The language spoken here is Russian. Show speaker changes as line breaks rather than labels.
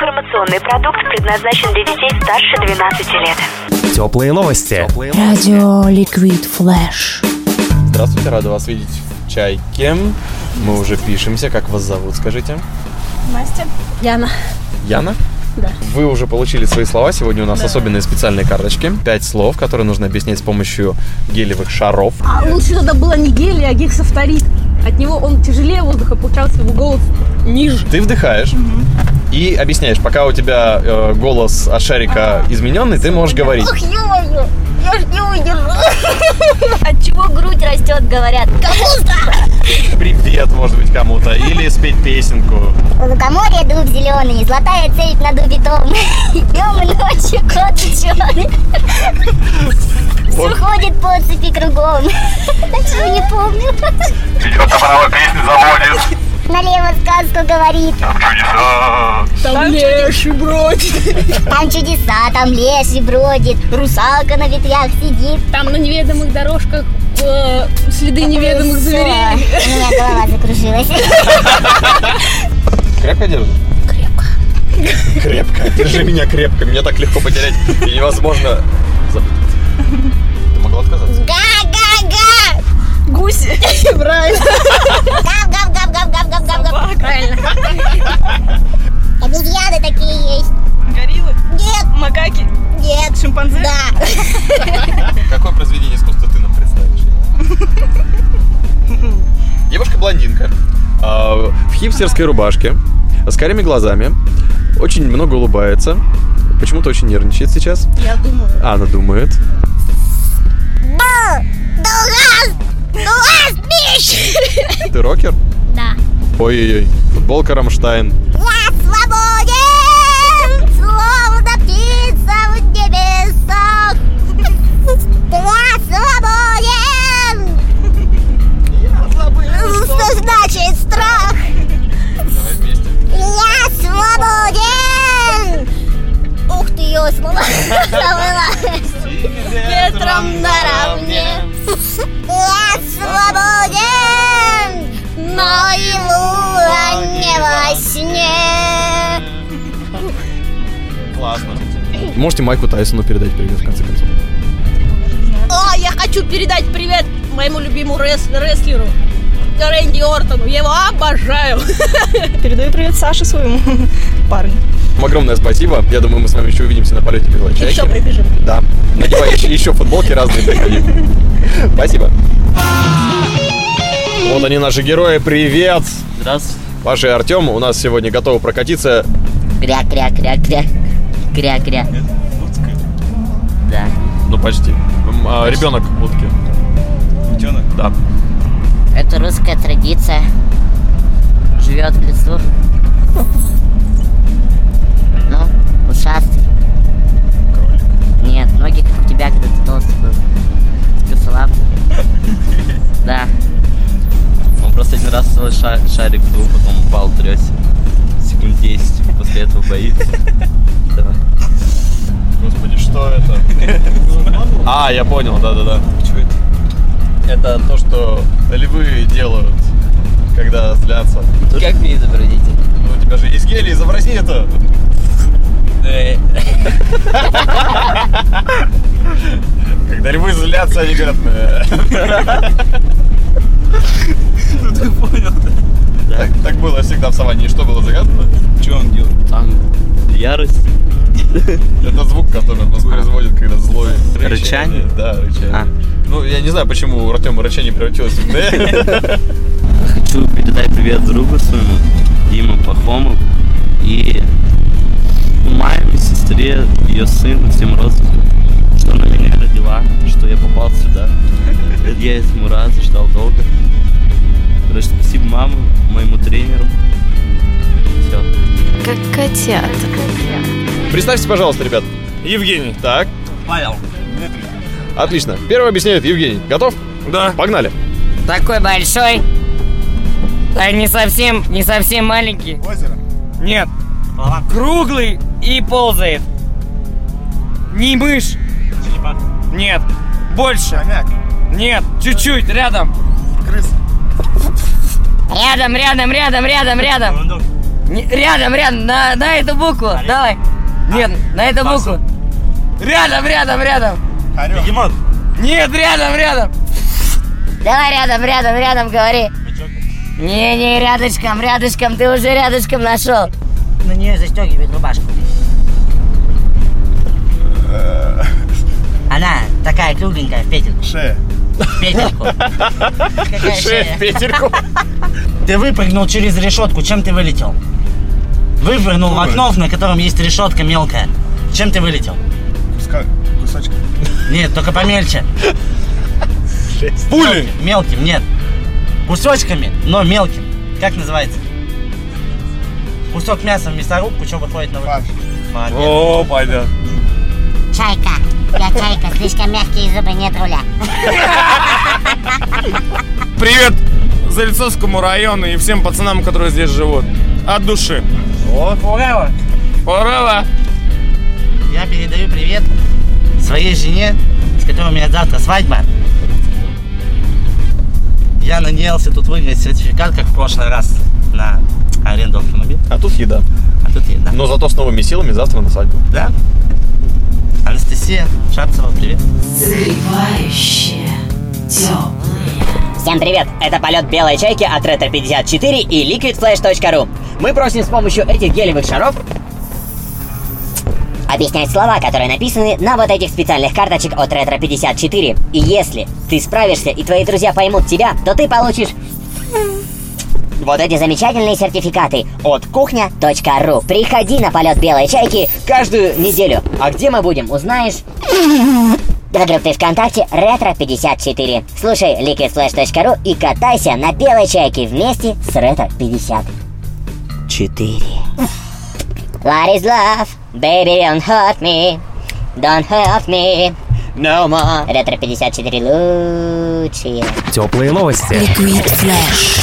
Информационный продукт предназначен для детей старше 12 лет.
Теплые новости.
Радио Ликвид Флэш.
Здравствуйте, рада вас видеть в чайке. Мы уже пишемся. Как вас зовут, скажите?
Яна.
Яна? Да. Вы уже получили свои слова. Сегодня у нас особенные специальные карточки. Пять слов, которые нужно объяснять с помощью гелевых шаров.
А лучше тогда было не гелий, а гексофторит. От него он тяжелее воздуха, получалось его голос ниже.
Ты вдыхаешь и объясняешь. Пока у тебя э, голос от шарика измененный, ты можешь говорить.
ё я ж не удержу. От чего грудь растет, говорят.
Привет, может быть, кому-то. Или спеть песенку.
У лукоморья дуб зеленый, золотая цепь на дубе том. Днем и ночью кот ученый. Все ходит по цепи кругом. Чего не помню.
Идет направо, песни заводит.
Налево сказку говорит.
Там леший бродит.
Там чудеса, там лес и бродит. Русалка на ветвях сидит.
Там на неведомых дорожках э, следы неведомых
Всё.
зверей.
У меня голова закружилась.
Крепко держишь? Крепко. Крепко. Держи меня крепко. Меня так легко потерять и невозможно запутаться. Ты могла отказаться?
Га-га-га!
Гуси. Правильно.
Гав-гав-гав-гав-гав-гав-гав.
Правильно.
Обезьяны такие есть.
Гориллы.
Нет,
Макаки.
нет.
Шимпанзе.
Да.
Какое произведение искусства ты нам представишь? Девушка-блондинка. а, В хипстерской рубашке, с карими глазами, очень много улыбается, почему-то очень нервничает сейчас.
Я думаю.
А, она думает.
Долгас! Долгас, бич!
Ты рокер?
Да.
Ой-ой-ой, футболка Рамштайн.
Я свободен, словно птица в небесах. Я свободен. Ну, Что значит страх? Я свободен. Ух ты, я свободен.
Ветром наравне.
Я свободен, но и луна не во сне.
Классно. Можете Майку Тайсону передать привет, в конце концов.
О, А, я хочу передать привет моему любимому рес- рестлеру. Рэнди Ортону. Я его обожаю.
Передаю привет Саше своему парню.
Вам огромное спасибо. Я думаю, мы с вами еще увидимся на полете белой чайки.
Еще прибежим.
Да. Надевай еще, еще футболки разные приходи. Спасибо. Вот они, наши герои. Привет!
Здравствуйте.
Паша и Артем у нас сегодня готовы прокатиться.
Кря-кря-кря-кря. Кря-кря. Да.
Ну, почти. М, а, ребенок утки. Утенок? Да.
Это русская традиция. Живет в лесу. Ну, ушастый. Нет, ноги как у тебя, когда ты толстый был. Косолап. Да.
Он просто один раз целый ша- шарик был, потом упал, трясся. Секунд 10, после этого боится. Да.
Господи, что это? А, я понял, да-да-да. Что это? Это то, что львы делают, когда злятся.
Как мне изобразить
Ну, у тебя же есть гелий, изобрази это.
это?
Когда львы злятся, они говорят... «Э».
Ну, Ты понял, да?
Так, так было всегда в саванне. И Что было загадано? Что он делает?
Там ярость.
Это звук, который он воспроизводит, когда злой.
Рычание?
Да, рычание.
А.
Ну, я не знаю, почему у Артема рычание превратилось в «э».
Хочу передать привет другу своему, Дима Пахому, и маме, сестре, ее сыну, всем родственникам, что она меня родила, что я попал сюда. Я этому рад, ждал долго. Короче, спасибо маму, моему тренеру. Все.
Как котят.
Представьте, пожалуйста, ребят. Евгений. Так. Павел. Отлично. Первый объясняет Евгений. Готов? Да. Погнали.
Такой большой. А не совсем, не совсем маленький. Озеро? Нет. Круглый и ползает. Не мышь. Нет. Больше. Нет. Чуть-чуть, рядом. Крыс. Рядом, рядом, рядом, рядом, рядом. Не- рядом, рядом, на, на эту букву. Давай.
А,
Нет, на эту букву. Рядом, рядом, рядом.
Бегемот.
Нет, рядом, рядом.
Давай рядом, рядом, рядом говори. Не, не, рядышком, рядышком, ты уже рядышком нашел.
На нее застегивает рубашку. Она такая кругленькая в петельку. Шея. В петельку. Какая
Шея в петельку.
Ты выпрыгнул через решетку, чем ты вылетел? Выпрыгнул в окно, на котором есть решетка мелкая. Чем ты вылетел? Кусочка. Нет, только помельче. Пули! Мелким, нет. Кусочками, но мелким. Как называется? Кусок мяса в мясорубку, что выходит на выход? Фарш.
О, понятно.
Чайка. Я чайка, слишком мягкие зубы, нет руля.
Привет Залицовскому району и всем пацанам, которые здесь живут. От души.
О, ура!
Ура!
Я передаю привет своей жене, с которой у меня завтра свадьба. Я надеялся тут выиграть сертификат, как в прошлый раз, на аренду автомобиля.
А тут еда.
А тут еда.
Но зато с новыми силами завтра на свадьбу.
Да. Анастасия Шапцева, привет.
Согревающее, Всем привет! Это полет белой чайки от Retro 54 и liquidflash.ru. Мы просим с помощью этих гелевых шаров
Объяснять слова, которые написаны на вот этих специальных карточек от Ретро 54.
И если ты справишься и твои друзья поймут тебя, то ты получишь
Вот эти замечательные сертификаты от кухня.ру. Приходи на полет белой чайки.
каждую неделю. А где мы будем, узнаешь?
До группы ВКонтакте Ретро 54. Слушай liquidflash.ru и катайся на белой чайке вместе с Ретро 54. What is love? Baby, don't hurt me. Don't hurt me. No more. Ретро 54 лучшие.
Теплые новости.
Flash.